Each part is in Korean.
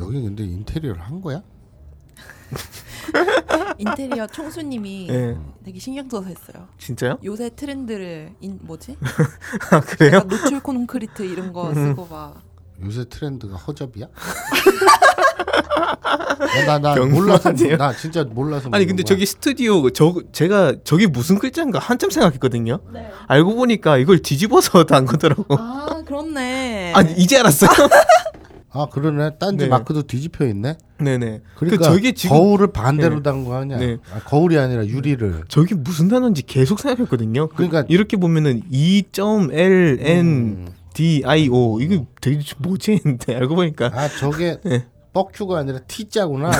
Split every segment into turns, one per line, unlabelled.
여기 근데 인테리어를 한 거야?
인테리어 총수님이
네.
예.
되게 신경 써서 했어요.
진짜요?
요새 트렌드를 인 뭐지?
아, 그래요?
약간 노출 콘크리트 이런
음.
거 쓰고 막
요새 트렌드가 허접이야? 어, 나나 나
경고
몰라서 뭐,
아니에요?
나 진짜 몰라서
아니
묻는
근데
거야.
저기 스튜디오 저 제가 저게 무슨 글자인가 한참 생각했거든요. 알고 보니까 이걸 뒤집어서 단 거더라고.
네. 아 그렇네.
아니 이제 알았어요.
아 그러네 딴지
네.
마크도 뒤집혀 있네.
네네.
그러니까
그 저게 지금
거울을 반대로
네.
단 거 아니야?
네.
아, 거울이 아니라 유리를.
저게 무슨 단어인지 계속 생각했거든요. 그-
그러니까 음.
이렇게 보면은 2.L N D I O 이게 되게 뭐지 했는데 알고 보니까
아 저게
네.
뻑큐가 아니라 T자구나.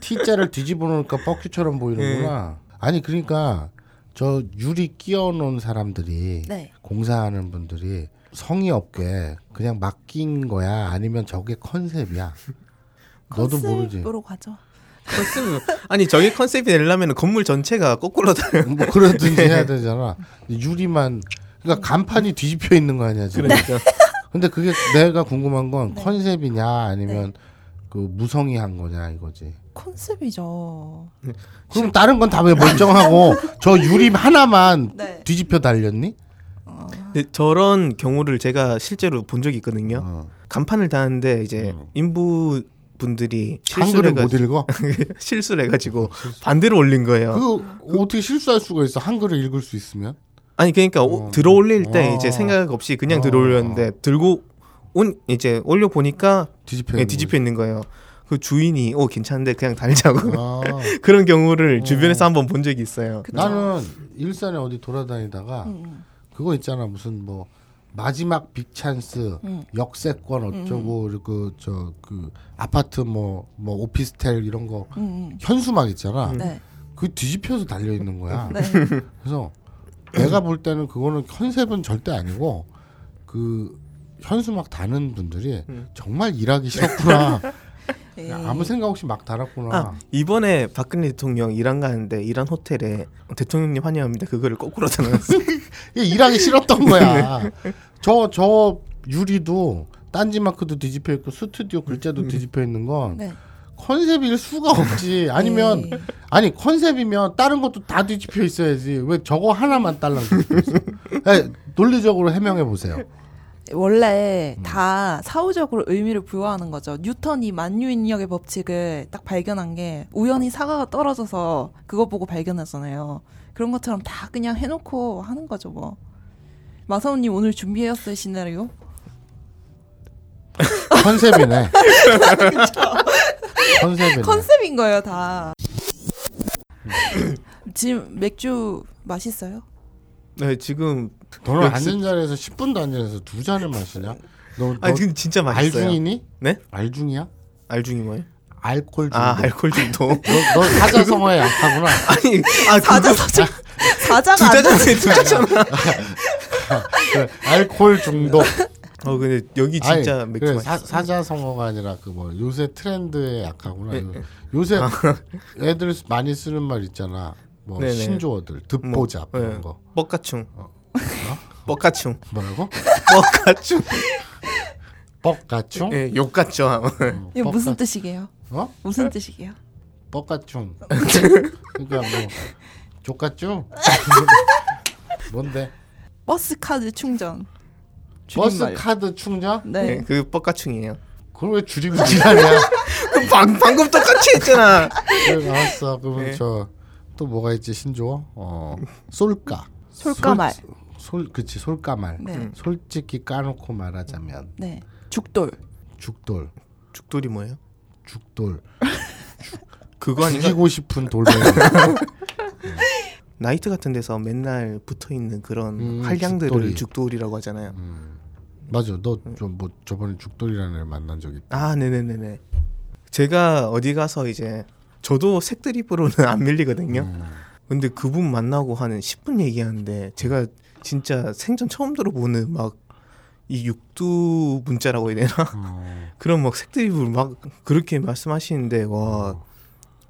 T자를 뒤집어 놓으니까 뻑큐처럼
네.
보이는구나. 아니 그러니까 저 유리 끼워 놓은 사람들이
네.
공사하는 분들이 성의 없게 그냥 맡긴 거야 아니면 저게 컨셉이야. 너도 모르지. 뭐
컨셉으로 가죠.
컨셉 아니 저게 컨셉이 되려면 건물 전체가 거꾸로 다
뭐 그러든지 해야 되잖아. 유리만 그러니까 간판이 뒤집혀 있는 거 아니야 지금.
그러니까
근데 그게 내가 궁금한 건
네.
컨셉이냐 아니면 그 무성이 한 거냐 이거지.
컨셉이죠.
그럼 다른 건 다 왜 멀쩡하고 저 유리 하나만
네.
뒤집혀 달렸니?
근데 저런 경우를 제가 실제로 본 적이 있거든요.
어.
간판을 다는데 이제 인부 분들이
음. 한글을
실수를
못
해가지고,
읽어?
실수를 해가지고 반대로 올린 거예요.
그거 어떻게 실수할 수가 있어? 한글을 읽을 수 있으면?
아니 그러니까 오- 들어올릴 때
어.
이제 생각 없이 그냥
어.
들어올렸는데 들고 온 이제 올려 보니까
뒤집혀.
예,
있는
뒤집혀 있는 거예요. 그 주인이 오 괜찮은데 그냥 달자고
거지. 아,
그런
음.
경우를 주변에서 한번 본 적이 있어요.
그쵸? 음,
나는 일산에 어디 돌아다니다가 그거 있잖아 무슨 뭐 마지막 빅찬스 역세권 어쩌고 그저그 아파트 뭐 뭐 오피스텔 이런 거
음,
현수막 있잖아.
음. 네.
그 뒤집혀서 달려 있는 거야.
네.
그래서 내가 볼 때는 그거는 컨셉은 절대 아니고 그 현수막 다는 분들이 정말 일하기 싫었구나.
에이.
야, 아무 생각 없이 막 달았구나.
아 이번에 박근혜 대통령 이란 가는데 이란 호텔에 대통령님 환영합니다 그거를 거꾸로 다놨어요
이게 일하기 싫었던 거야.
네.
저 저 유리도 딴지 마크도 뒤집혀 있고 스튜디오 글자도 뒤집혀 있는 건
네.
컨셉일 수가 없지. 아니면
네.
아니 컨셉이면 다른 것도 다 뒤집혀 있어야지. 왜 저거 하나만 딸랑 뒤집혀 있어? 네, 논리적으로 해명해 보세요.
원래 다 사후적으로 의미를 부여하는 거죠. 뉴턴이 만유인력의 법칙을 딱 발견한 게 우연히 사과가 떨어져서 그거 보고 발견했잖아요. 그런 것처럼 다 그냥 해놓고 하는 거죠, 뭐. 마사오님 오늘 준비해왔어요, 시나리오?
컨셉이네. 컨셉이네.
컨셉인 거예요, 다. 음. 지금 맥주 맛있어요?
네 지금
너는
역시-
앉은 자리에서 10분도 안 지나서 두 잔을 마시냐? 너, 너
아 지금 진짜 맛있어요.
알중이니?
네?
알중이야?
알중이 뭐예요?
알콜 중독.
아 알코올 중독.
너, 너 사자성어에 약하구나.
아니 아
사자,
그거
사자. 사자가 안
두자잖아요 두자잖아.
그래, 알콜 중독.
어 근데 여기 진짜
아니,
맥주
그래,
맛있어.
사, 사자성어가 아니라 그 뭐 요새 트렌드에 약하구나.
네,
요- 요새 애들 많이 쓰는 말 있잖아. 뭐
아. 네네.
신조어들, 듣보잡
뭐,
이런
예.
거.
뻑가충. 뻑가충.
뭐라고?
뻑가충.
뻑가충? 뭐
예, 욕 같죠. 아마.
이거 무슨
뻑가-
뜻이게요?
어?
무슨 뜻이게요?
뻑가충. 그러니까 뭐 족가충? 뭔데?
버스 카드 충전.
버스
줄임말.
카드 충전?
네.
예, 그 뻑가충이에요.
그걸 왜 줄임말이야?
그 방, 방금 똑같이 했잖아.
그래, 알았어. 그러면
네.
저 또 뭐가 있지 신조어? 어, 쏠까.
솔까말.
솔, 솔 그치 솔까말.
음.
네.
솔직히 까놓고 말하자면
네. 죽돌.
죽돌,
죽돌이 뭐예요?
죽돌.
그거 아닌가?
죽이고 싶은 돌멩이.
나이트 같은 데서 맨날 붙어 있는 그런
음,
한량들을
죽돌이.
죽돌이. 라고 하잖아요.
음. 맞아. 너좀뭐 저번에 죽돌이라는 애를 만난 적이.
아, 네네네네. 제가 어디 가서 이제 저도 색드립으로는 안 밀리거든요. 근데 그분 만나고 한 10분 얘기하는데 제가 진짜 생전 처음 들어보는 막 이 육두 문자라고 해야 되나?
어,
그런 막 색드립을 막 그렇게 말씀하시는데 와,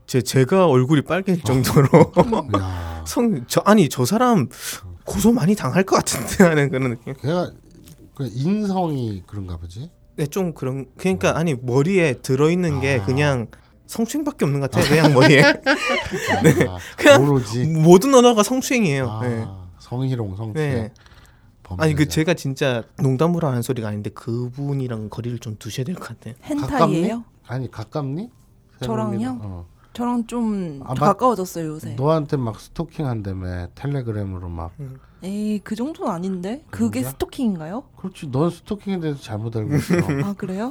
제 제가 얼굴이
어.
빨개질 정도로
야.
성 저 아니 저 사람 고소 많이 당할 것 같은데 하는 그런 느낌.
걔가 그 인성이 그런가 보지.
네, 좀 그런 그러니까 아니 머리에 들어 있는 게
아.
그냥 성추행밖에 없는 것 같아요. 그냥 머리에
아,
네. 그냥
모르지.
모든 언어가 성추행이에요. 네.
아, 성희롱 성추행.
네.
범죄자.
아니 그 제가 진짜 농담으로 하는 소리가 아닌데 그분이랑 거리를 좀 두셔야 될 것 같아요.
헨타이예요?
아니 가깝니?
저랑요? 네.
새로운 일은? 어.
저랑 좀
아,
더
막-
가까워졌어요 요새.
너한테 막 스토킹 한다며 텔레그램으로 막.
에이 그 정도는 아닌데 그게
그런가?
스토킹인가요?
그렇지. 넌 스토킹에 대해서 잘못 알고 있어.
아 그래요?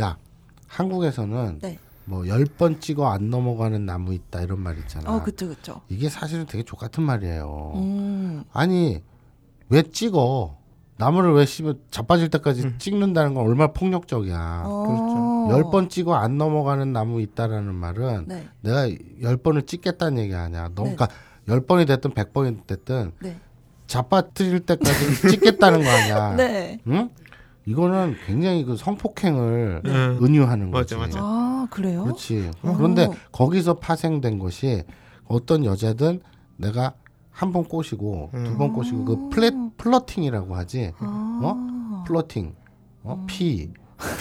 야, 한국에서는
네.
뭐 열 번 찍어 안 넘어가는 나무 있다 이런 말 있잖아. 어.
어 그쵸 그쵸.
이게 사실은 되게 족 같은 말이에요.
음.
아니 왜 찍어? 나무를 왜 씹어 자빠질 때까지
음.
찍는다는 건 얼마나 폭력적이야.
어.
아, 열 번 찍어 안 넘어가는 나무 있다라는 말은
네.
내가 열 번을 찍겠다는 얘기 아니야. 너
네.
그러니까 열 번이 됐든 백 번이 됐든
네.
자빠뜨릴 때까지 찍겠다는 거 아니야.
네.
응? 이거는 굉장히 그 성폭행을
네.
은유하는 거지.
맞아, 맞아.
아 그래요?
그렇지.
어.
그런데 거기서 파생된 것이 어떤 여자든 내가 한 번 꼬시고 두 번 꼬시고
어.
그 플랫 플러팅이라고 하지.
아.
플러팅. 어? 피.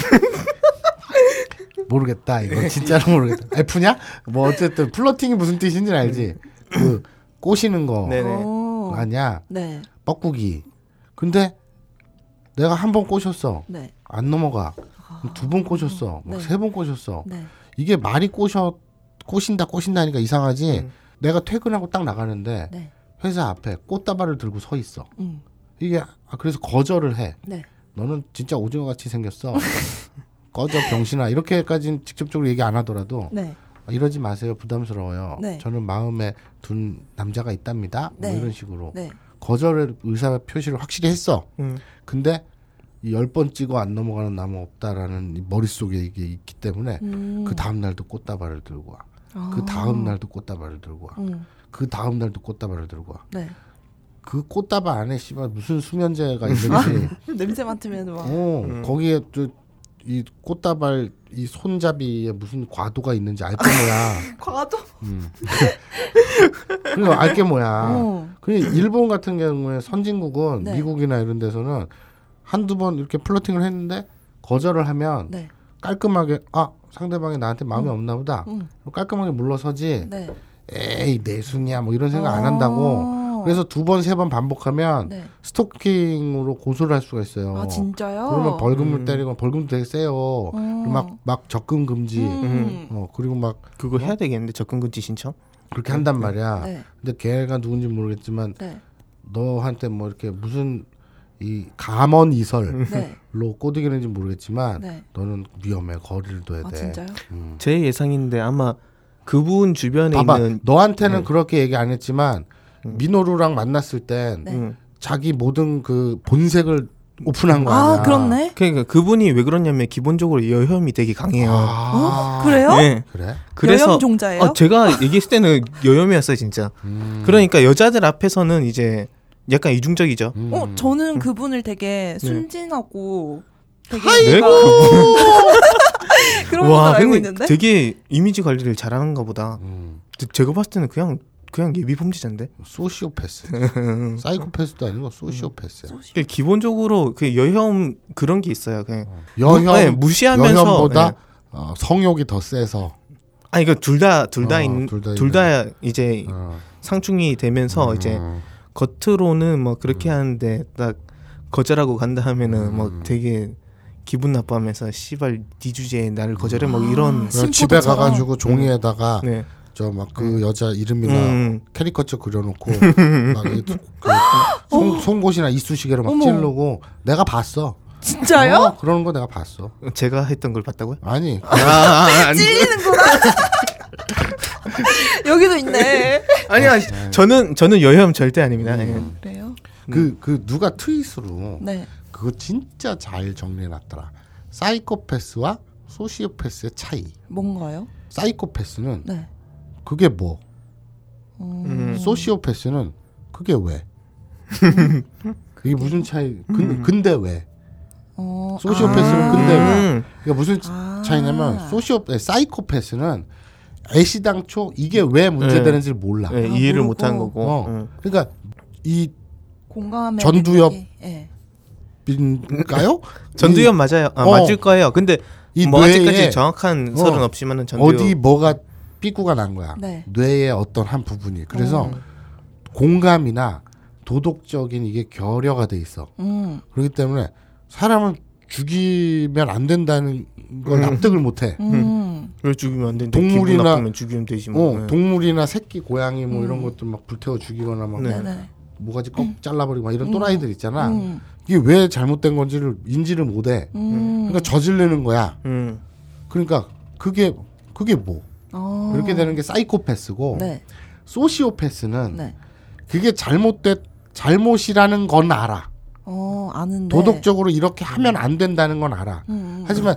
모르겠다. 이거 진짜로 모르겠다. F냐? 뭐 어쨌든 플러팅이 무슨 뜻인지 알지. 그 꼬시는 거
네. 네네.
어.
아니야.
네.
뻐꾸기. 근데 내가 한 번 꼬셨어.
네.
안 넘어가. 두 번 꼬셨어.
아.
뭐
네.
세 번 꼬셨어.
네.
이게 말이 꼬셔 꼬신다 꼬신다니까 이상하지.
음.
내가 퇴근하고 딱 나가는데
네.
회사 앞에 꽃다발을 들고 서 있어.
음.
이게 아, 그래서 거절을 해.
네.
너는 진짜 오징어 같이 생겼어. 꺼져 병신아 이렇게까지는 직접적으로 얘기 안 하더라도
네.
아, 이러지 마세요 부담스러워요.
네.
저는 마음에 둔 남자가 있답니다.
네.
뭐 이런 식으로
네.
거절의 의사 표시를 확실히 했어.
음.
근데 열 번 찍어 안 넘어가는 나무 없다라는 이 머릿속에 이게 있기 때문에
음.
그 다음 날도 꽃다발을 들고 와.
아.
그 다음 날도 꽃다발을 들고 와.
음.
그 다음 날도 꽃다발을 들고 와.
네.
그 꽃다발 안에 씨발 무슨 수면제가 있는지.
냄새 맡으면 막.
어, 거기에 또 이 꽃다발 이 손잡이에 무슨 과도가 있는지 알게 뭐야.
과도.
그리고 그러니까 알게 뭐야.
어.
그 일본 같은 경우에 선진국은
네.
미국이나 이런 데서는 한두 번 이렇게 플러팅을 했는데 거절을 하면
네.
깔끔하게 아 상대방이 나한테 마음이 없나 보다
음.
깔끔하게 물러서지
네.
에이 내숭이야 뭐 이런 생각 안 한다고
아.
그래서 두 번 세 번 반복하면
네.
스토킹으로 고소를 할 수가 있어요.
아 진짜요?
그러면 벌금을
음.
때리고 벌금도 되게 세요.
어.
막 막 적금 금지.
음.
어 그리고 막
그거 해야 되겠는데 접근금지 신청?
그렇게 한단
그렇죠.
말이야.
네.
근데 걔가 누군지 모르겠지만
네.
너한테 뭐 이렇게 무슨 이 감언 이설로
네.
꼬드기는지 모르겠지만
네.
너는 위험해 거리를 둬야
아
돼.
진짜요?
음.
제 예상인데 아마 그분 주변에
봐봐
있는 네.
너한테는 그렇게 얘기 안 했지만 민호루랑 만났을 땐
네.
음.
자기 모든 그 본색을 오픈한 거 뭐, 아니야?
아 그렇네.
그러니까 그분이 왜 그러냐면 기본적으로 여혐이 되게 강해요.
아,
어? 그래요?
네.
그래?
그래서
여혐종자예요?
아, 제가 얘기했을 때는 여혐이었어요, 진짜.
음.
그러니까 여자들 앞에서는 이제 약간 이중적이죠.
음. 네.
어 저는 그분을 되게 순진하고 되게 네,
내가
그런 걸 알고
근데
있는데.
되게 이미지 관리를 잘하는가 보다.
음.
제- 제가 봤을 때는 그냥 그냥 예비 범죄자인데.
소시오패스. 사이코패스도 아니고
음.
소시오패스야.
그 기본적으로 그 여혐 그런 게 있어요. 그냥
여혐,
네, 무시하면서
여혐보다
네.
어, 성욕이 더 세서.
아니 그 둘 다 둘 다
어,
있는
둘다
둘 다 이제
어.
상충이 되면서 이제
음.
겉으로는 뭐 그렇게 하는데 딱 거절하고 간다 하면은
음.
뭐 되게 기분 나빠하면서 씨발 네 주제에 나를 거절해 뭐 이런
그래서 집에
심포도처럼.
가가지고 종이에다가
네.
저 막 그 여자 이름이나
음.
캐리커처 그려놓고 막 이- 그 손, 송곳이나 이쑤시개로 막
어머.
찌르고 내가 봤어.
진짜요?
어, 그러는 거 내가 봤어.
제가 했던 걸 봤다고요?
아니
아, 아, 아니.
찔리는구나. 여기도 있네.
아니야. 저는 저는 여혐 절대 아닙니다.
음.
예.
그래요?
그 그 누가 트윗으로
네.
그거 진짜 잘 정리해놨더라. 사이코패스와 소시오패스의 차이.
뭔가요?
사이코패스는
네.
그게 뭐?
음.
음.
소시오패스는 그게 왜? 그게 무슨 차이? 근, 근데 왜?
어,
소시오패스는
아.
근데 왜?
음.
그러니까 무슨
아.
차이냐면 소시오 아니, 사이코패스는 애시당초 이게 왜 문제되는지를 몰라.
예,
아,
이해를
모르고.
못 한 거고.
어.
음.
그러니까 이
공감의
전두엽.
능력이- 예.
인가요?
전두현 맞아요. 아,
어.
맞을 거예요. 근데
이
뭐
뇌에
아직까지 정확한
어.
설은 없지만은 전두현
어디 뭐가 삐꾸가 난 거야.
네.
뇌의 어떤 한 부분이. 그래서
음.
공감이나 도덕적인 이게 결여가 돼 있어.
음.
그렇기 때문에 사람을 죽이면 안 된다는 걸 납득을 못 해.
음.
왜 죽이면 안 되는데
동물이나-
기분 나쁘면 죽이면 되지 뭐.
어,
네.
동물이나 새끼 고양이 뭐
음.
이런 것들 막 불태워 죽이거나 막
네.
네네.
모가지 꺽 잘라버리고 막 이런
음.
또라이들 있잖아.
음.
이게 왜 잘못된 건지를 인지를 못 해.
음.
그러니까 저지르는 거야.
음.
그러니까 그게 그게 뭐
어.
그렇게 되는 게 사이코패스고
네.
소시오패스는
네.
그게 잘못됐 잘못이라는 건 알아.
어, 아는데.
도덕적으로 이렇게 하면 안 된다는 건 알아.
음, 음.
하지만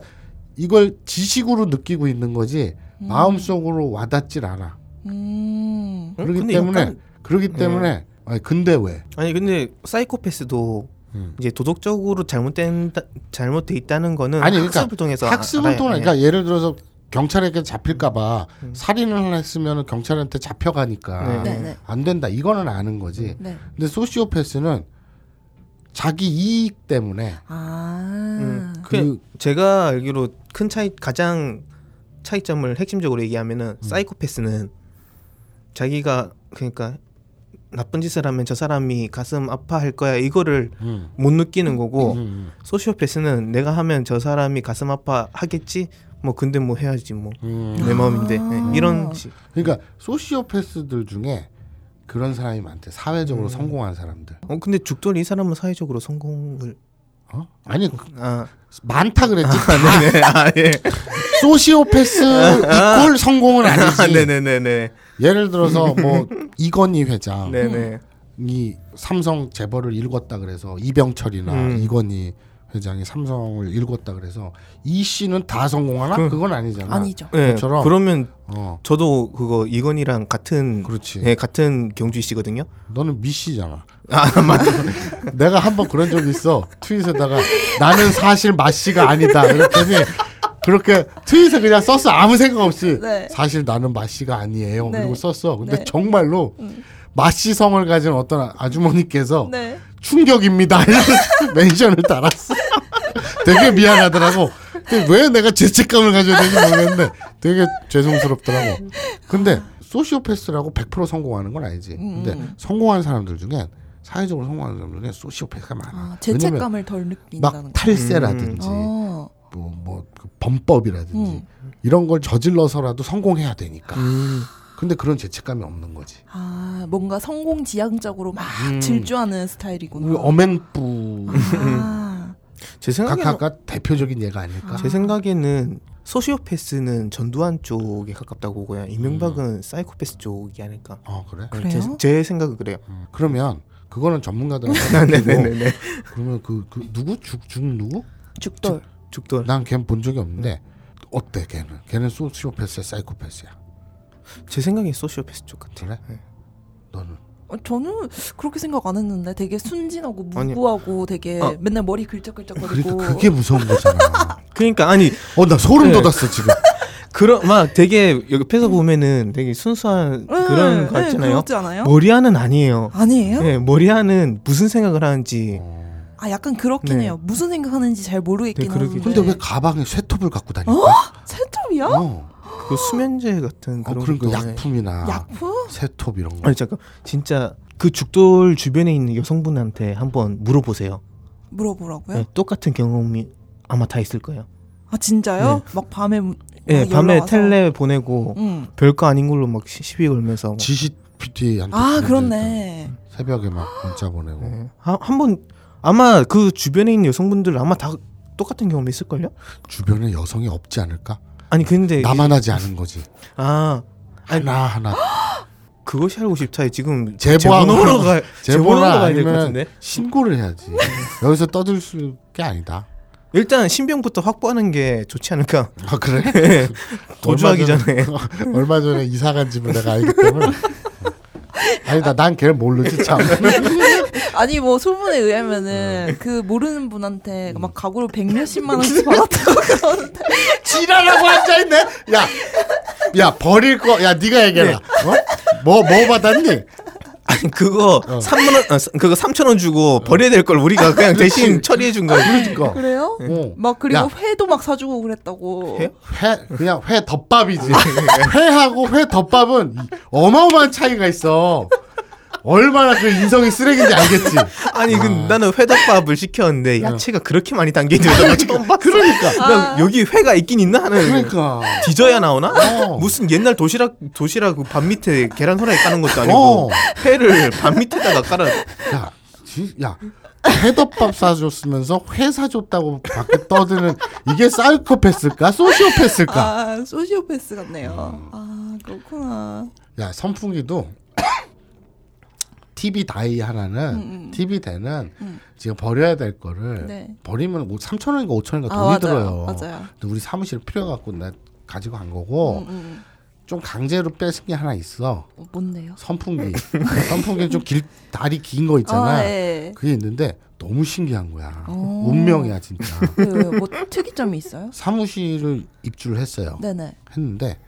이걸 지식으로 느끼고 있는 거지
음.
마음속으로 와닿질 않아.
음.
어?
그렇기
근데
때문에
약간-
그렇기
네.
때문에 아니 근데 왜?
아니 근데 사이코패스도
음.
이제 도덕적으로 잘못된 잘못돼 있다는 거는
아니, 그러니까
학습을 통해서
학습을
알아요.
통해
예.
그러니까 예를 들어서 경찰에게 잡힐까봐 살인을 하나 했으면 경찰한테 잡혀가니까
네.
네네.
안 된다 이거는 아는 거지.
네.
근데 소시오패스는 자기 이익 때문에
아.
음.
그
그 제가 알기로 큰 차이 가장 차이점을 핵심적으로
음.
얘기하면은 사이코패스는 자기가 그러니까 나쁜 짓을 하면 저 사람이 가슴 아파할 거야 이거를
음,
못 느끼는 거고
음, 음,
소시오패스는 내가 하면 저 사람이 가슴 아파하겠지 뭐 근데 뭐 해야지 뭐 내
음.
네.
마음인데 네,
아.
이런 식
그러니까 소시오패스들 중에 그런 사람이 많대. 사회적으로
음.
성공한 사람들.
어 근데 죽돌이 이 사람은 사회적으로 성공을
어? 아니 그-
아
많다 그랬지.
네네 아 예.
소시오패스 이퀄 성공은
아,
아니지.
네네네네
예를 들어서 뭐 이건희 회장.
네네
이 삼성 재벌을 읽었다 그래서 이병철이나
음.
이건희 회장이 삼성을 읽었다 그래서 이 씨는 다 성공하나? 그, 건 아니잖아.
아니죠.
네,
그처럼.
그러면
어,
저도 그거 이건이랑 같은
그렇지.
네, 같은 경주 씨거든요.
너는 미 씨잖아. 맞다. 내가 한 번 그런 적이 있어. 트윗에다가 나는 사실 마 씨가 아니다. 이랬더니 그렇게 트윗에 그냥 썼어. 아무 생각 없이
네.
사실 나는 마 씨가 아니에요.
네.
그리고 썼어. 근데
네.
정말로 마 씨 성을 가진 어떤 아주머니께서
네.
충격입니다. 이런 멘션을 달았어. 되게 미안하더라고. 근데 왜 내가 죄책감을 가져야 되는지 모르겠는데 되게 죄송스럽더라고. 근데 소시오패스라고 100% 성공하는 건 아니지.
음.
근데 성공한 사람들 중에 사회적으로 성공하는 사람들 중에 소시오패스가 많아.
아,
왜냐면
죄책감을 덜
막
느낀다는 거.
탈세라든지 음.
어. 음.
뭐, 뭐그 범법이라든지 이런 걸 저질러서라도 성공해야 되니까. 근데 그런 죄책감이 없는 거지.
아, 뭔가 성공 지향적으로 막
음.
질주하는 스타일이구나.
우리 그 어맹부
아.
제 생각에는
각하가 대표적인 예가 아닐까?
제 생각에는 소시오패스는 전두환 쪽에 가깝다고 보고요. 이명박은 사이코패스 쪽이 아닐까.
어 그래?
네,
그래요?
제, 제 생각은 그래요.
음, 그러면 그거는
아,
전문가들한테 맡기고
네네네네.
그러면 그, 그 누구 죽, 죽 누구?
죽돌.
죽돌.
난 걔는 본 적이 없는데 어때 걔는? 걔는 소시오패스야 사이코패스야
제 생각엔 소시오패스 쪽 같아요.
그래?
네.
너는?
어, 저는 그렇게 생각 안 했는데 되게 순진하고
아니.
무구하고 되게
아.
맨날 머리 긁적긁적거리고
그러니까 그게 무서운 거잖아
그러니까 아니
어 나 소름
네.
돋았어 지금
그런 막 되게 옆에서 보면은 되게 순수한
네,
그런 거
네,
같잖아요.
그렇지 않아요?
머리아는 아니에요.
아니에요?
네, 머리아는 무슨 생각을 하는지
아 약간 그렇긴
네.
해요. 무슨 생각하는지 잘 모르겠긴
네,
한데.
그러긴
근데 왜 가방에 쇠톱을 갖고 다닐까?
셋톱이야?
어? 어,
그 수면제 같은 그런
그러니까
것도, 네.
약품이나
약품?
쇠톱 이런 거
아니 잠깐 진짜 그 죽돌 주변에 있는 여성분한테 한번 물어보세요.
물어보라고요?
네, 똑같은 경험이 아마 다 있을 거예요.
아 진짜요?
네.
막 밤에
예,
막
밤에
연락 와서? 음.
텔레 보내고
음.
응.
별거 아닌 걸로 막 시- 시비 걸면서 막.
지시 PT한테
아 그렇네.
새벽에 막 문자 보내고
예, 하- 한번 아마 그 주변에 있는 여성분들 아마 다 똑같은 경험이 있을 걸요?
주변에 여성이 없지 않을까?
아니 근데 이-
나만 하지 않은 거지
네, 아
하나 하나
그것이 알고 싶다에 지금
제보하고
제보로 가 제보로
제보나
가야 될 것
아니면
같은데
신고를 해야지. 여기서 떠들 수게 아니다.
일단 신병부터 확보하는 게 좋지 않을까?
아 그래?
도주하기
얼마
전에
얼마 전에 이사 간 집을 내가 알기 때문에 아니 나난 걔를 모르지 참. 네.
아니 뭐 소문에 의하면은 그 모르는 분한테
음.
막 가구를 백몇십만 원씩 받았다고 그러는데
지랄하고 앉아 있네. 네. 야, 야 버릴 거. 야 네가 얘기해라. 어? 뭐 뭐 받았니?
아니 그거
어.
3만 원 어, 그거 3천 원 주고 버려야 될 걸 우리가 그냥 대신 처리해 준 거야.
그러니까.
그래요?
어.
네. 막 그리고
야.
회도 막 사주고 그랬다고.
회?
회 그냥 회 덮밥이지. 회하고 회 덮밥은 이 어마어마한 차이가 있어. 얼마나 그 인성이 쓰레기인지 알겠지.
아니 그 나는 회덮밥을 시켰는데 야채가 그렇게 많이 담겨 있는 거 처음 봤어.
어. 그러니까.
난 여기 회가 있긴 있나 하는
그러니까.
뒤져야 나오나?
어.
무슨 옛날 도시락 도시락 그밥 밑에 계란 후라이 까는 것도 아니고
어.
회를 밥 밑에다가 깔아.
야, 지, 야. 회덮밥 사줬으면서 회 사줬다고 밖에 떠드는 이게 사이코패스일까 소시오패스일까? 음.
아 소시오패스 같네요. 아 그렇구나.
야 선풍기도 TV 다이
음,
하나는 TV 대는 지금 버려야 될 거를
네.
버리면 3천 원인가 5천 원인가
아,
돈이
맞아요.
들어요.
맞아요.
근데 우리 사무실 필요 갖고 나 가지고 간 거고
음, 음.
좀 강제로 뺏은 게 하나 있어.
어, 뭔데요?
선풍기. 선풍기 좀 길, 다리 긴 거 있잖아.
아, 예.
그게 있는데 너무 신기한 거야.
오.
운명이야 진짜.
왜요? 왜요? 뭐 특이점이 있어요?
사무실을 입주를 했어요.
네네.
했는데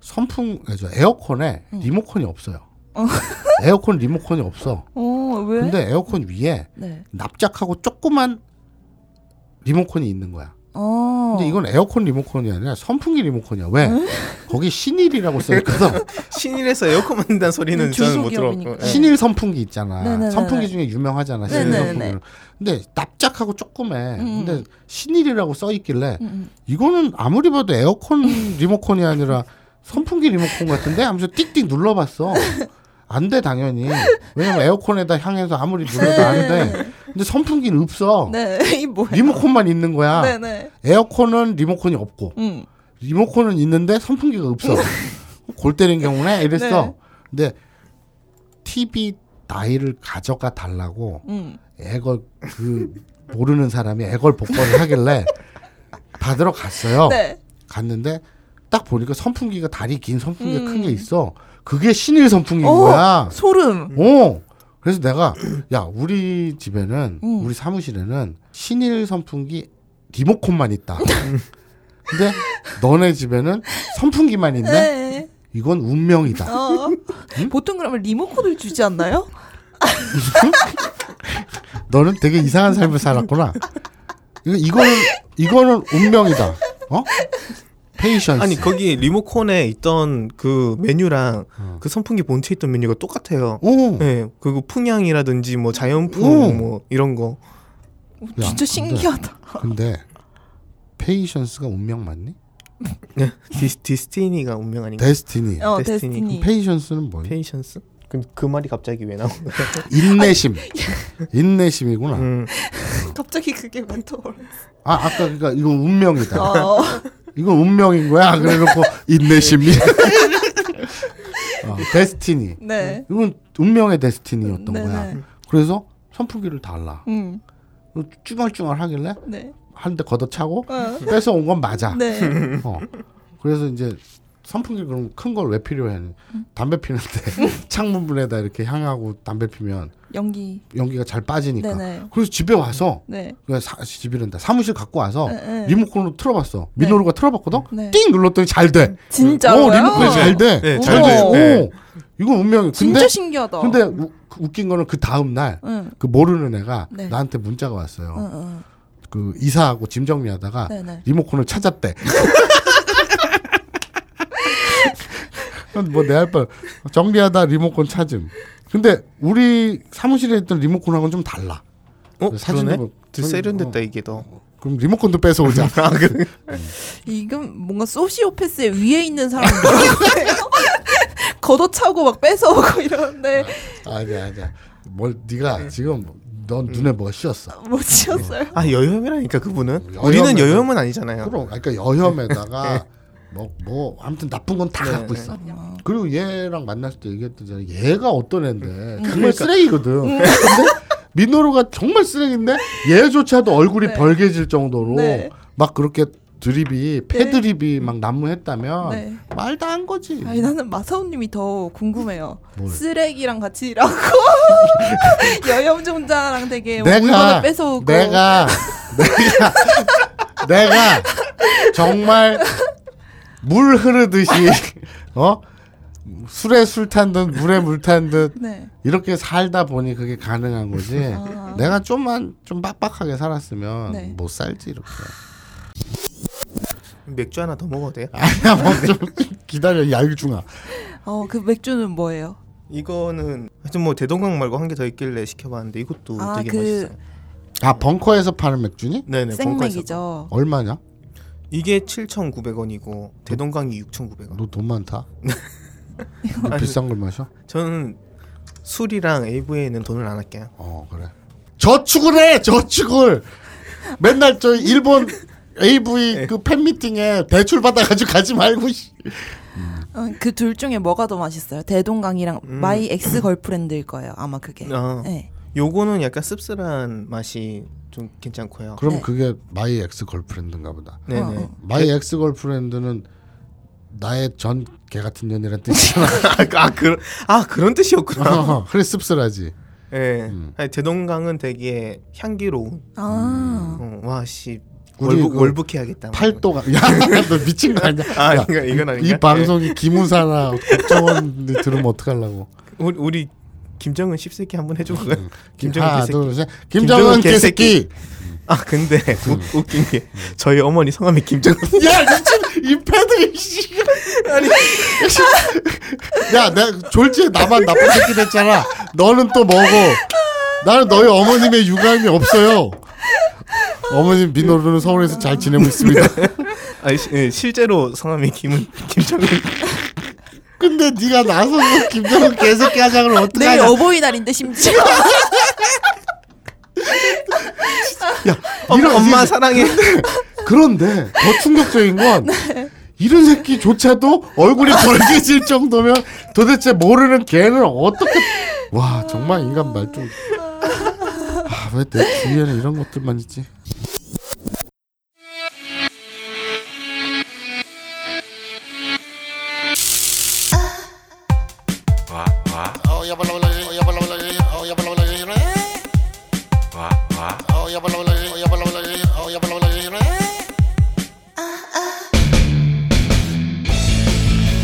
선풍 아니, 저 에어컨에 리모컨이 없어요. 에어컨 리모컨이 없어.
어 왜?
근데 에어컨 위에
네.
납작하고 조그만 리모컨이 있는 거야.
어.
근데 이건 에어컨 리모컨이 아니라 선풍기 리모컨이야. 왜? 거기 신일이라고 써있거든.
신일에서 에어컨 만든다는
음,
소리는 저는 못 들었고.
중소기업이니까.
예.
신일 선풍기 있잖아.
네. 네네네네.
선풍기 중에 유명하잖아. 신일
네네네.
선풍기. 근데 납작하고 조그매.
음.
근데 신일이라고 써있길래
음, 음.
이거는 아무리 봐도 에어컨 리모컨이 아니라 선풍기 리모컨 같은데 하면서 띡띡 눌러봤어. 안 돼 당연히. 왜냐면 에어컨에다 향해서 아무리 눌러도 안 돼. 근데 선풍기는 없어.
네. 이 뭐야?
리모컨만 있는 거야.
네네.
에어컨은 리모컨이 없고
음.
리모컨은 있는데 선풍기가 없어. 골 때린 경우네 이랬어.
네.
근데 TV 나이를 가져가 달라고
음.
애걸 그 모르는 사람이 애걸 복권을 하길래 받으러 갔어요.
네.
갔는데 딱 보니까 선풍기가 다리 긴 선풍기가
음.
큰 게 있어. 그게 신일 선풍기인
어.
거야.
소름.
어. 그래서 내가 야 우리 집에는
음.
우리 사무실에는 신일 선풍기 리모컨만 있다. 근데 너네 집에는 선풍기만 있네. 음?
네.
이건 운명이다.
어. 보통 그러면 리모컨을 주지 않나요?
너는 되게 이상한 삶을 살았구나. 이거- 이거는 이거는 운명이다. 어? 페이션스.
아니 거기 리모컨에 있던 그 메뉴랑 그 선풍기 본체에 있던 메뉴가 똑같아요.
오.
예. 그리고 풍향이라든지 뭐
오.
자연풍 뭐 이런 거.
어,
야,
진짜
근데-
신기하다.
근데 페이션스가 운명 맞니?
어.
네. 디스, 디스티니가 운명 아닌가?
데스티니.
어
데스티니.
데스티니.
페이션스는 뭐야?
페이션스? 그, 그 말이 갑자기 왜 나온 거야?
인내심. 인내심이구나.
음.
갑자기 그게 왜 떠올랐어?
아 아까 그러니까 이건 운명이다.
어.
이건 운명인 거야. 그래놓고 인내심이. 어, 데스티니.
네.
이건 운명의 데스티니였던 거야.
네네.
그래서 선풍기를 달라.
음.
쭈얼쭈얼 하길래
네.
한대 걷어차고
어.
뺏어 온 건 맞아.
네.
어. 그래서 이제 선풍기 그럼 큰 걸 왜 필요해? 담배 피는데 창문 문에다 이렇게 향하고 담배 피면
연기.
연기가 잘 빠지니까.
네네.
그래서 집에 와서
네.
그냥 사, 집이란다 사무실 갖고 와서
네, 네.
리모컨으로 틀어봤어.
네.
민호루가 틀어봤거든.
네.
띵 눌렀더니 잘 돼.
진짜로요?
오, 어, 리모컨이 잘 돼.
네,
잘 돼요.
오,
네.
이건 운명이. 근데
진짜 신기하다.
근데 우- 그 웃긴 거는 그 다음 날 그
응.
모르는 애가
네.
나한테 문자가 왔어요. 아.
응, 응.
그 이사하고 짐 정리하다가
네, 네.
리모컨을 찾았대. 뭐내 할뻔 정리하다 리모컨 찾음. 근데 우리 사무실에 있던 리모컨하고는 좀 달라.
어?
사진도
사진에?
뭐-
더 세련됐다 이게 더.
그럼 리모컨도 뺏어오자.
아, 그,
이건 뭔가 소시오패스의 위에 있는 사람 뭐라고 해요? 걷어차고 막 뺏어오고 이러는데
아니야 아니야. 뭘 네가 지금
음.
넌 눈에 멋이었어.
못 지었어요.
아 여혐이라니까 그분은.
여혐은-
우리는 어, 여혐은 아니잖아요.
그럼 그러니까
네.
여혐에다가 뭐 뭐 아무튼 나쁜 건 다 갖고 있어. 그리고 얘랑 만났을 때 얘기했잖아. 얘가 어떤
음.
애인데 정말
그러니까.
쓰레기거든. 근데 민호로가 정말 쓰레기인데 얘조차도 얼굴이 벌개질 정도로
네. 음.
막 그렇게 드립이 패드립이 막 난무했다면
네.
말도 안 거지.
음.
아니 나는 마사오님이 더 궁금해요.
뭘?
쓰레기랑 같이 일하고 여염종자랑 되게 물건을 뺏어오고
내가 내가 내가 정말 물 흐르듯이 어 술에 술 탄 듯 물에 물 탄 듯
네.
이렇게 살다 보니 그게 가능한 거지.
아,
내가 좀만 좀 빡빡하게 살았으면
네.
못 살지 이렇게.
맥주 하나 더 먹어도 돼요?
아니야 뭐좀 기다려 얄중아.
어, 그 맥주는 뭐예요?
이거는 하여튼 뭐 대동강 말고 한 개 더 있길래 시켜봤는데 이것도
아,
되게
그-
맛있어요.
아 벙커에서 파는 맥주니?
네네. 벙커에서. 어.
생맥이죠.
얼마냐?
이게 7,900원이고 대동강이 6,900원.
너 돈 많다. 너
아니,
비싼 걸 마셔?
저는 술이랑 AV에는 돈을 안 할게요.
어 그래. 저축을 해 저축을. 맨날 저 일본 AV 그 팬미팅에 대출 받아가지고 가지 말고. 씨.
그 둘 중에 뭐가 더 맛있어요? 대동강이랑
음.
마이 엑스 걸프렌드일 거예요. 아마 그게.
아,
네.
요거는 약간 씁쓸한 맛이 좀 괜찮고요.
그럼
네.
그게 마이 엑스 걸프렌드인가 보다.
네네.
어.
마이 엑스 걸프렌드는 나의 전 개 같은 년이란 뜻이잖아.
아, 그, 아 그런 뜻이었구나.
어, 그래 씁쓸하지.
예.
음.
아니, 대동강은 되게 향기로운.
아.
어, 와 씨.
우리
월북
그
월북해야겠다.
팔도가 야, 너 미친 거 예. 아니야?
아,
야,
이거- 이건 아닌가?
이 방송이 김우사나 국정원 들으면 어떡하려고.
우리, 우리 김정은 씹새끼 한번 해줘. 음. 김정은
하나,
개새끼.
둘, 셋. 김정은
김정은
개새끼.
아 근데
음.
우, 웃긴 게 저희 어머니 성함이 김정은.
야, 미친 이 패들이 씨.
아니
야, 내가 졸지에 나만 나쁜 새끼 됐잖아. 너는 또 뭐고. 나는 너희 어머님의 유감이 없어요. 어머님 민호루는 서울에서 잘 지내고 있습니다.
아니 시, 예, 실제로 성함이 김은 김정은.
근데 네가 나서서 김정은 개새끼 하자 그러면
아,
내일
어떡하냐.
어버이날인데 심지어.
야,
엄마,
이런
엄마
엄마
사랑해.
그런데 더 충격적인 건 이런 새끼조차도 얼굴이 벌개질 정도면 도대체 모르는 걔는 어떻게 와 정말 인간 말투 아왜 내 주위에는 이런 것들만 있지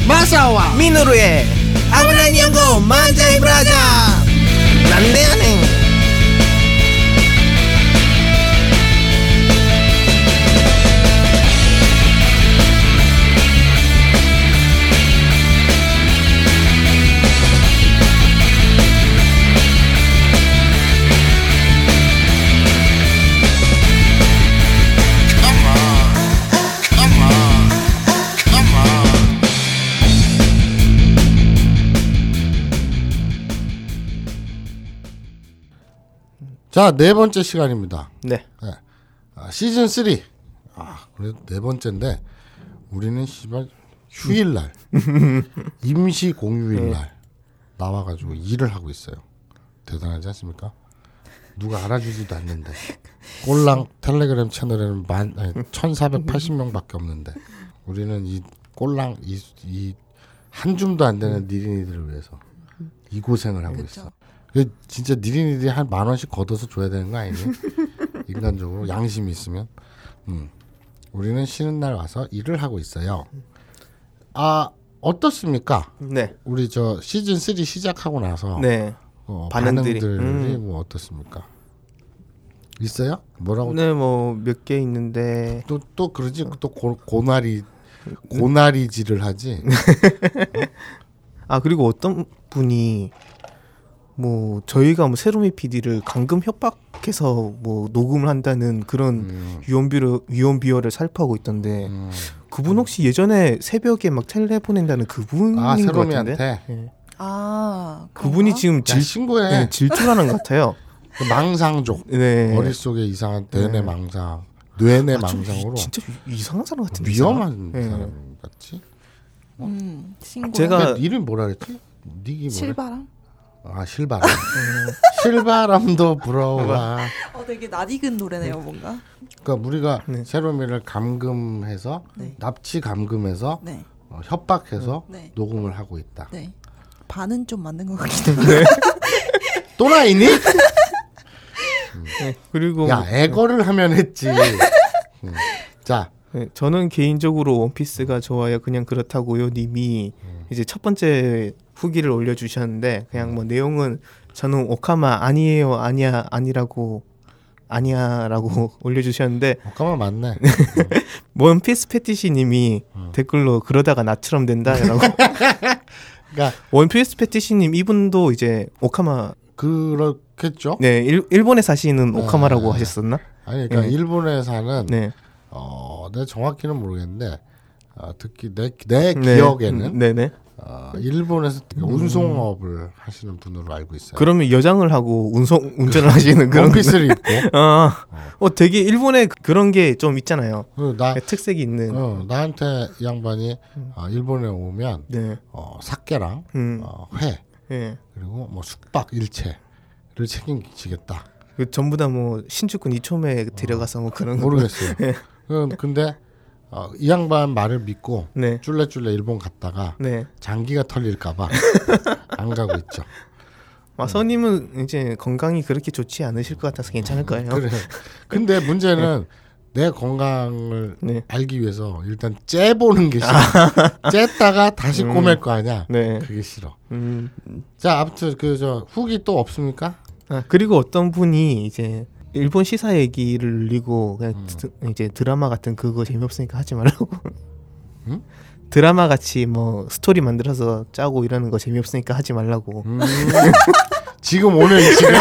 마사와
민우루의 아무런 연구 만자이 브라자. 난데하네.
자 네 번째 시간입니다
네.
아, 시즌 3아 그래 네 번째인데 우리는 씨발 휴일날 임시 공휴일날 나와가지고 일을 하고 있어요 대단하지 않습니까? 누가 알아주지도 않는데 꼴랑 텔레그램 채널에는 만 아니, 1,480명밖에 없는데 우리는 이 꼴랑 이한 줌도 안 되는 니린이들을 위해서 이 고생을 하고 있어. 그 진짜 니린이들이 한 만 원씩 걷어서 줘야 되는 거 아니니? 인간적으로 양심이 있으면. 음. 우리는 쉬는 날 와서 일을 하고 있어요. 아 어떻습니까?
네.
우리 저 시즌 3 시작하고 나서
네.
어, 반응들이,
반응들이. 음.
뭐 어떻습니까? 있어요? 뭐라고
네, 뭐 몇 개 있는데
또 또 그러지 또 고, 고나리 고나리질을 하지.
아 그리고 어떤 분이 뭐 저희가 뭐 세로미 PD를 감금 협박해서 뭐 녹음을 한다는 그런
음,
유언비어 유언비어를 살포하고 있던데
음.
그분 혹시 예전에 새벽에 막 텔레 보낸다는 그분인
아
것 같은데 예.
세롬이한테
아.
그분이 지금
질
질,
신고해
네, 질투하는 것 같아요.
그 망상족
네.
머릿 속에 이상한 뇌내 망상 뇌내
아, 좀 이-
망상으로
진짜 이- 이상한 사람 같은데.
위험한
네.
사람 같지.
음. 신고.
제가-
근데 이름 뭐라 그랬지? 니기 뭐래?
실바람?
아 실바람. 음. 실바람도 불어와.
어, 되게 낯익은 노래네요, 뭔가.
그러니까 우리가
네.
세로미를 감금해서
네.
납치 감금해서
네.
어, 협박해서
네.
녹음을 하고 있다.
네. 반은 좀 맞는 것 같기도 하고.
또라이니?
네. 그리고
야 애거를 하면 했지. 음. 자
예,
음.
네, 저는 개인적으로 원피스가 좋아요. 그냥 그렇다고요. 님이 이제 첫 번째 후기를 올려주셨는데 그냥 뭐 내용은 저는 오카마 아니에요 아니야 아니라고 아니야라고 올려주셨는데
잠깐만 어, 맞네.
원피스 패티시님이
음.
댓글로 그러다가 나처럼 된다라고
그러니까
원피스 패티시님 이분도 이제 오카마
그렇겠죠.
네 일, 일본에 사시는
네.
오카마라고 하셨었나?
아니 그러니까
네.
일본에 사는
네.
어, 내 정확히는 모르겠는데 아, 듣기 내, 내
네. 음.
기억에는
네네.
어, 일본에서 되게 운송업을 하시는 분으로 알고 있어요.
그러면 여장을 하고 운송 운전을 하시는 그런
원피스를 입고
아, 어 되게 일본에 그런 게 좀 있잖아요. 네,
그리고 나
특색이 있는.
어, 나한테 이 양반이
음.
어, 일본에 오면
네.
어, 사케랑
음.
어, 회
예.
그리고 뭐 숙박 일체를 책임지겠다.
그 전부 다 뭐 신주쿠 니초메 데려가서 뭐 그런 거.
아. 모르겠어요. 그- 근데 어, 이 양반 말을 믿고
네.
쫄래쫄래 일본 갔다가
네.
장기가 털릴까봐 안 가고 있죠.
아,
음.
마선님은 이제 건강이 그렇게 좋지 않으실 것 같아서 괜찮을 거예요.
그래. 근데 문제는 내 건강을
네.
알기 위해서 일단 째 보는 게 싫어. 째다가 다시
음.
꼬맬 거 아니야.
네.
그게 싫어.
음.
자, 아무튼 그 저 후기 또 없습니까?
아, 그리고 어떤 분이 이제 일본 시사 얘기를 늘리고 그냥 드- 이제 드라마 같은 그거 재미없으니까 하지 말라고.
음?
드라마 같이 뭐 스토리 만들어서 짜고 이러는 거 재미없으니까 하지 말라고.
음. 지금 오늘 이 시간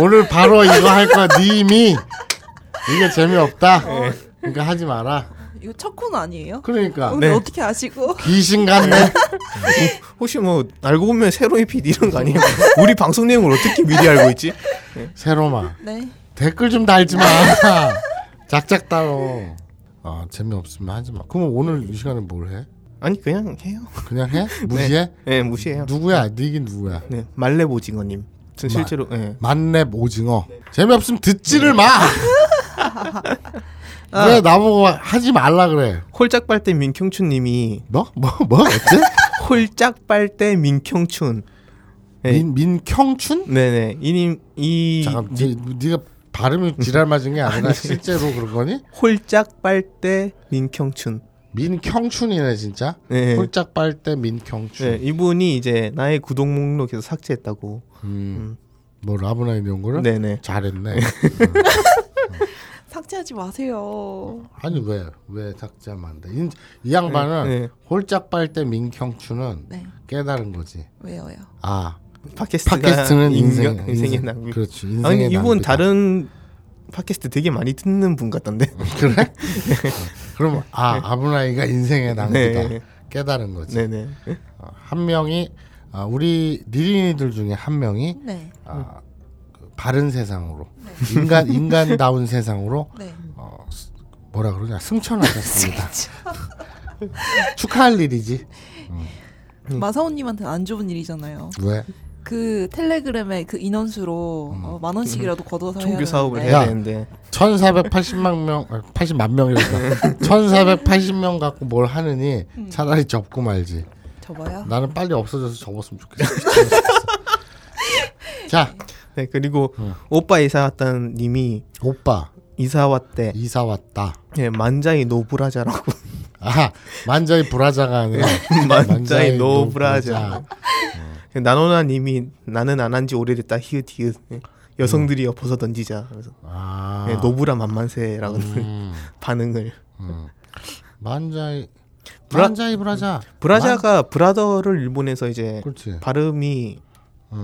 오늘 바로 이거 할 거야. 님이 이게 재미없다.
네.
그러니까 하지 마라.
이거 첫 코너 아니에요?
그러니까
오늘
네.
어떻게 아시고?
귀신 같네.
혹시 뭐 알고 보면 새로이 PD 이런 거 아니에요? 우리 방송 내용을 어떻게 미리 알고 있지?
새로마
네.
댓글 좀 달지 마. 작작 달어. 아 재미없으면 하지 마. 그럼 오늘 이 시간에 뭘 해?
아니 그냥 해요.
그냥 해? 무시해?
예, 무시해요.
누구야? 니긴 누구야?
네, 말레보징어님. 전
마-
실제로 예.
만렙 오징어. 재미없으면 듣지를 마.
아.
왜 나보고 하지 말라 그래?
홀짝 빨대 민경춘님이
뭐? 뭐? 뭐? 어째?
홀짝 빨대 민경춘. 예.
민 민경춘?
네네 이님 이
잠깐, 니, 네가 발음이 지랄 맞은 게 아니라 실제로 그런 거니?
홀짝 빨대 민경춘.
민경춘이네 진짜.
네.
홀짝 빨대 민경춘.
네, 이분이 이제 나의 구독 목록에서 삭제했다고.
음. 뭐 라브나 이런 거를?
네네.
잘했네.
삭제하지 마세요.
아니 왜왜 삭제하면 안 돼? 이, 이 양반은
네, 네.
홀짝 빨대 민경춘은
네.
깨달은 거지.
왜요요?
아
팟캐스트가
팟캐스트는 인생,
인생의 낭비.
그렇지.
아니
인생의
이분
낭비다.
다른 팟캐스트 되게 많이 듣는 분 같던데.
그래? 그럼 아 아브라이가 인생의 낭비다.
네.
깨달은 거지.
네네.
어, 한 명이 아, 우리 니린이들 중에 한 명이
네.
아, 그 바른 세상으로 인간 인간다운 세상으로
네.
어, 스- 뭐라 그러냐 승천하셨습니다.
그렇죠.
축하할 일이지.
마사오님한테 안 좋은 일이잖아요.
왜?
그 텔레그램에 그 인원수로 어, 만 원씩이라도 걷어서
종교
해야
사업을
되는데.
해야
야.
되는데.
1480만 명, 아, 80만
네.
명이니까 1480명 갖고 뭘 하느니
음.
차라리 접고 말지.
접어요?
나는 빨리 없어져서 접었으면 좋겠어. 귀찮아서 죽겠어. 자,
네 그리고
어.
오빠 이사 왔던 님이
오빠
이사 왔대.
이사 왔다.
네, 만자이 노브라자라고.
아, 만자이 브라자가 아니라
만자이 노브라자. 나노나 님이 나는 안 한 지 오래됐다 히읗 히읗. 예, 여성들이여 벗어 던지자. 그래서
음. 아,
네, 노브라 만만세라고
음,
반응을.
음. 만자이
브라-
만자이 브라자.
브라자가 브라더를 일본에서 이제
만- 그렇지. 어.
발음이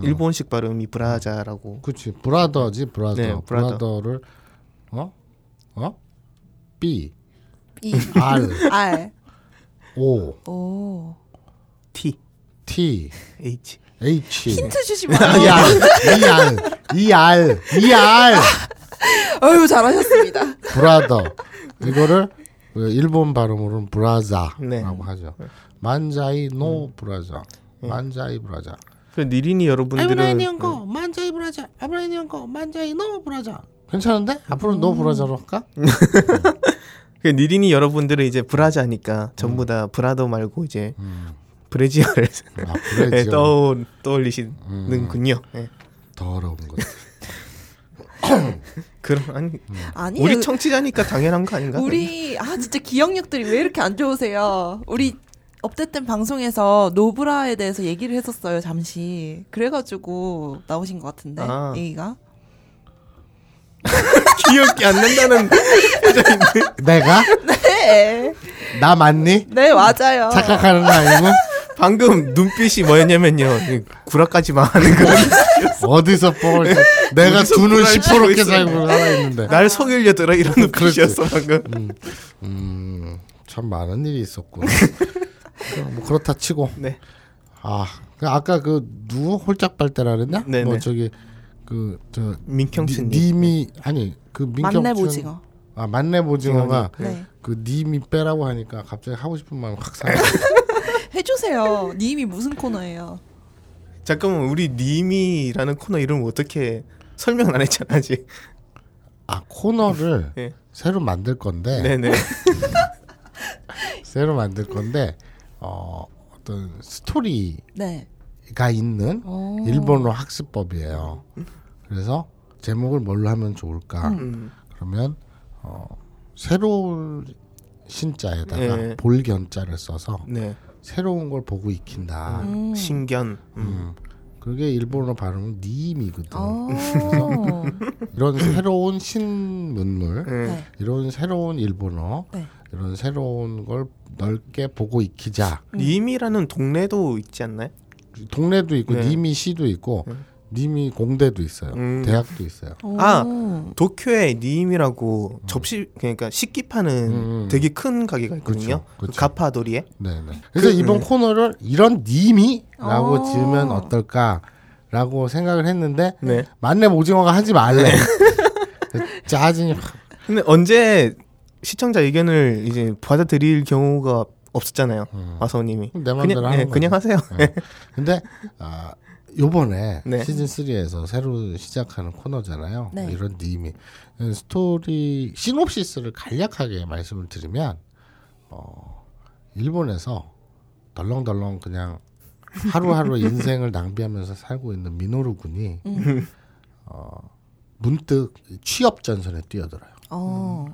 일본식 발음이 브라자라고.
그렇지. 브라더지 브라더.
네, 브라더.
브라더를 어? 어? B
이
R
R
O
오
T
T
H.
H
힌트 주시면
E R E R E R
어유 잘하셨습니다.
브라더 이거를 그 일본 발음으로는 브라자라고
네.
하죠. 만자이 노 브라자, 만자이 브라자.
그 니린이 음. 여러분들은 네.
만자이 브라자, 아브라인 형거 만자이 노 브라자. 음. 괜찮은데? 앞으로 노 브라자로 할까?
음. 그 니린이 여러분들은 이제 브라자니까 전부
음.
다 브라더 말고 이제 브레지어를
아,
네,
음. 브레지
떠올 떠올리시는군요.
음.
네.
더러운 거.
그럼 아니 그
아니
우리 네. 청취자니까 당연한 거 아닌가?
우리 아 진짜 기억력들이 왜 이렇게 안 좋으세요? 우리 업데이트 방송에서 노브라에 대해서 얘기를 했었어요 잠시 그래가지고 나오신 것 같은데
아.
얘기가
기억이 안 난다는 표정인데
내가
네,
나 맞니?
네
어.
맞아요
착각하는 거 아니고
방금 눈빛이 뭐였냐면요 구라까지만 하는
어디서 뽕을 쳐? 내가
어디서
두눈
뽕을
시퍼렇게
치고 있어?
살고 살아 있는데
거날 속이려더라 이런 눈빛이었어 방금
음, 참 많은 일이 있었구나. 뭐 그렇다 치고
네
아 그 아까 그 누구 홀짝발대라 그랬나?
네네.
뭐 저기 그저
민경춘님
님이 아니 그 민경춘
만렙 오징어
아 만내보징어가
네
그 님이 빼라고 하니까 갑자기 하고 싶은 마음 확 사.
해주세요 님이 무슨 코너예요
잠깐만 우리 님이라는 코너 이름 어떻게 설명 안 했잖아 아직
아 코너를
네.
새로 만들 건데
네네
새로 만들 건데 어 어떤 스토리가
네
있는
오.
일본어 학습법이에요. 그래서 제목을 뭘로 하면 좋을까?
음.
그러면 어 새로운 신자에다가
네.
볼견자를 써서
네 아,
새로운 걸 보고 익힌다.
음.
신견 음.
음. 그게 일본어 발음은 니임이거든.
어.
이런 새로운 신문물,
네.
네.
이런 새로운 일본어,
네.
이런 새로운 걸 넓게 보고 익히자.
님이라는 동네도 있지 않나요?
동네도 있고
네.
니미 시도 있고
네.
니미 공대도 있어요.
음.
대학도 있어요.
오.
아.
음.
도쿄에 님이라고 접시 그러니까 식기 파는
음. 그렇죠,
되게 큰 가게가 있거든요.
그쵸, 그쵸.
그 가파도리에.
네네. 그래서
그,
이번
네.
코너를 이런 님이라고
어.
지으면 어떨까라고 생각을 했는데
네.
만렙 오징어가 하지 말래. 짜증이 확.
근데 언제 시청자 의견을 이제 받아들일 경우가 없었잖아요. 마사오님이.
음. 내 마음대로
그냥
하는
예,
거죠.
그냥 하세요.
근데 아 요번에
네.
시즌 3에서 새로 시작하는 코너잖아요.
네.
이런 님이 스토리 시놉시스를 간략하게 말씀을 드리면 어 일본에서 덜렁덜렁 그냥 하루하루 인생을 낭비하면서 살고 있는 미노루 군이 어 문득 취업 전선에 뛰어들어요.
어.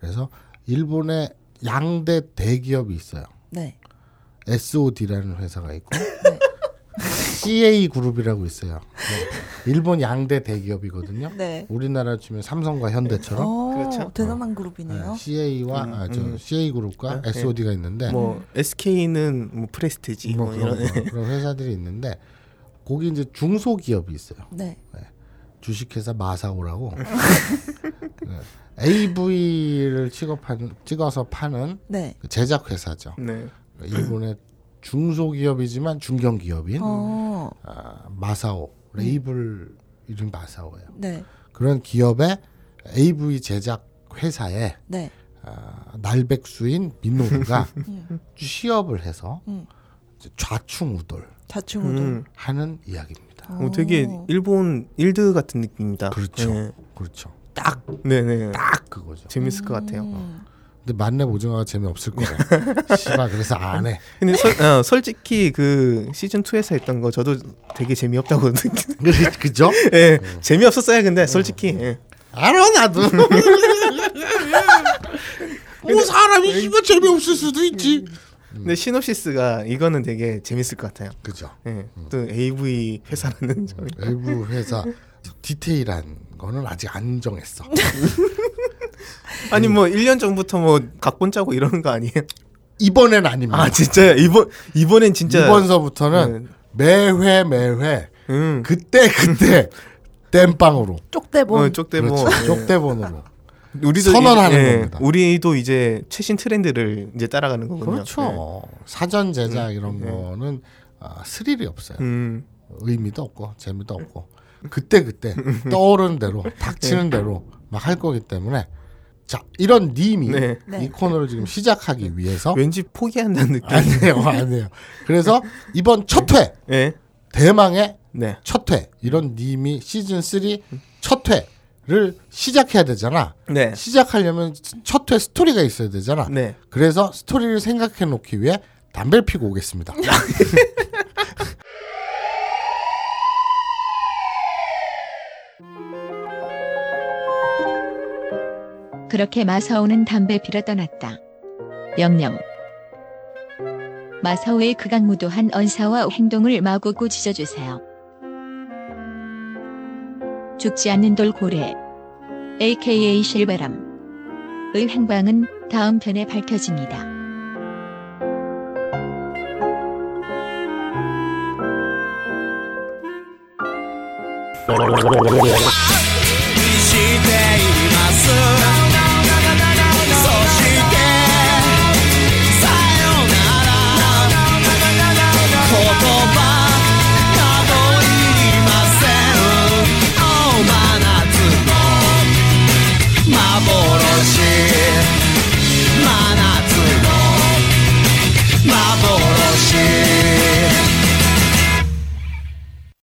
그래서 일본의 양대 대기업이 있어요.
네.
SOD라는 회사가 있고
네.
CA 그룹이라고 있어요. 네. 일본 양대 대기업이거든요.
네.
우리나라 치면 삼성과 현대처럼
어,
그렇죠.
대단한
네,
그룹이네요.
CA와 아, 저
음.
CA 그룹과
네.
SOD가 있는데 뭐,
뭐 SK는 뭐 프레스티지 뭐,
그런,
이런.
거, 그런 회사들이 있는데 거기 이제 중소기업이 있어요.
네.
주식회사 마사오라고 네. AV를 취급하는, 찍어서 파는
네.
그 제작 회사죠. 그러니까
네.
일본의 중소기업이지만 중견기업인
어.
아, 마사오 레이블 이름 마사오예요.
네.
그런 기업의 AV 제작 회사에
네.
아, 날백수인 민노루가 취업을 해서
음.
이제 좌충우돌
자충우돌.
음.
하는 이야기입니다.
뭐 되게 일본 일드 같은 느낌이다.
그렇죠.
네.
그렇죠.
네, 네.
딱 그거죠.
재밌을 것 같아요.
근데 만렙 오징어가 재미없을 거야. 씨발 그래서 안 해.
근데 설- 어, 솔직히 그 시즌 2에서 했던 거 저도 되게 재미없다고 느끼.
그- 그죠?
예, 재미없었어요.
음.
근데 솔직히 예.
알아 나도. 뭐 사람이 씨발 재미없을 수도 있지.
근데 시놉시스가 이거는 되게 재밌을 것 같아요.
그죠.
예, 또 AV 회사라는 점.
음. 일부 회사 디테일한 거는 아직 안 정했어.
아니 뭐
음.
1년 전부터 뭐 각본 짜고 이러는 거 아니에요?
이번엔 아닙니다.
아 진짜요? 이번 이번엔 진짜
이번서부터는
네.
매회 매회
음.
그때 그때 땜빵으로
쪽대본.
어, 쪽대본.
그렇죠.
예.
쪽대본으로
우리도
선언하는
이제- 예,
겁니다.
우리도 이제 최신 트렌드를 이제 따라가는 거군요. 예.
그렇죠. 사전 제작 이런 거는 아, 스릴이 없어요.
음.
의미도 없고 재미도 없고 그때 그때 떠오르는 대로
네.
닥치는 대로 막 할 거기 때문에 자 이런 님이
네.
네.
이 코너를 지금 시작하기 위해서
왠지 포기한다는 느낌.
아니에요 네. 아니에요. 그래서 이번 첫회
예.
대망의
네.
첫 회 이런 님이 시즌 3첫 회를 시작해야 되잖아.
네.
시작하려면 첫 회 스토리가 있어야 되잖아.
네.
그래서 스토리를 생각해 놓기 위해 담배를 피고 오겠습니다.
그렇게 마사오는 담배 피러 떠났다. 명령. 마사오의 극악무도한 언사와 행동을 마구 꾸짖어주세요. 죽지 않는 돌고래 AKA 실바람의 행방은 다음 편에 밝혀집니다.
幻真夏